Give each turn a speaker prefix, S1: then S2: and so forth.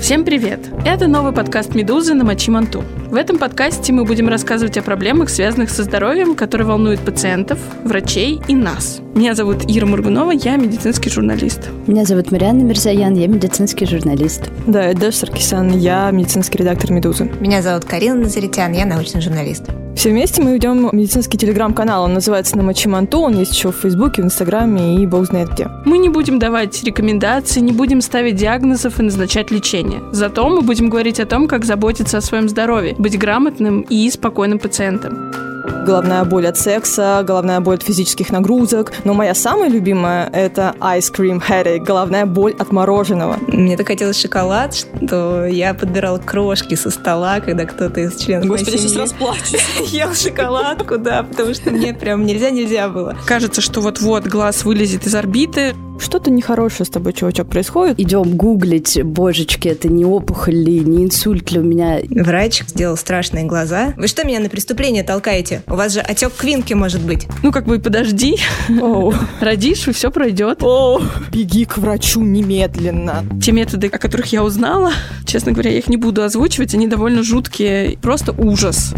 S1: Всем привет! Это новый подкаст «Медузы» на Мочи Манту. В этом подкасте мы будем рассказывать о проблемах, связанных со здоровьем, которые волнуют пациентов, врачей и нас. Меня зовут Ира Мургунова, я медицинский журналист.
S2: Меня зовут Марианна Мирзаян, я медицинский журналист.
S3: Да, это Даша Саркисян, я медицинский редактор «Медузы».
S4: Меня зовут Карина Назаритян, я научный журналист.
S3: Все вместе мы ведем медицинский телеграм-канал. Он называется «На Манту». Он есть еще в Фейсбуке, в Инстаграме и бог знает где.
S1: Мы не будем давать рекомендации, не будем ставить диагнозов и назначать лечение. Зато мы будем говорить о том, как заботиться о своем здоровье, быть грамотным и спокойным пациентом.
S3: Головная боль от секса, головная боль от физических нагрузок. Но моя самая любимая – это ice cream headache, головная боль от мороженого.
S5: Мне так хотелось шоколад, что я подбирала крошки со стола, когда кто-то из членов
S3: Господи, сейчас расплачусь.
S5: Ел шоколадку, да, потому что мне прям нельзя-нельзя было.
S1: Кажется, что вот-вот глаз вылезет из орбиты.
S3: Что-то нехорошее с тобой, чувачок, происходит.
S2: Идем гуглить, божечки, это не опухоль ли, не инсульт ли у меня.
S5: Врач сделал страшные глаза. Вы что меня на преступление толкаете? У вас же отек квинки может быть.
S1: Ну, как бы подожди,
S3: Оу.
S1: родишь и все пройдет.
S3: Оу. Беги к врачу немедленно.
S1: Те методы, о которых я узнала, честно говоря, я их не буду озвучивать, они довольно жуткие, просто ужас.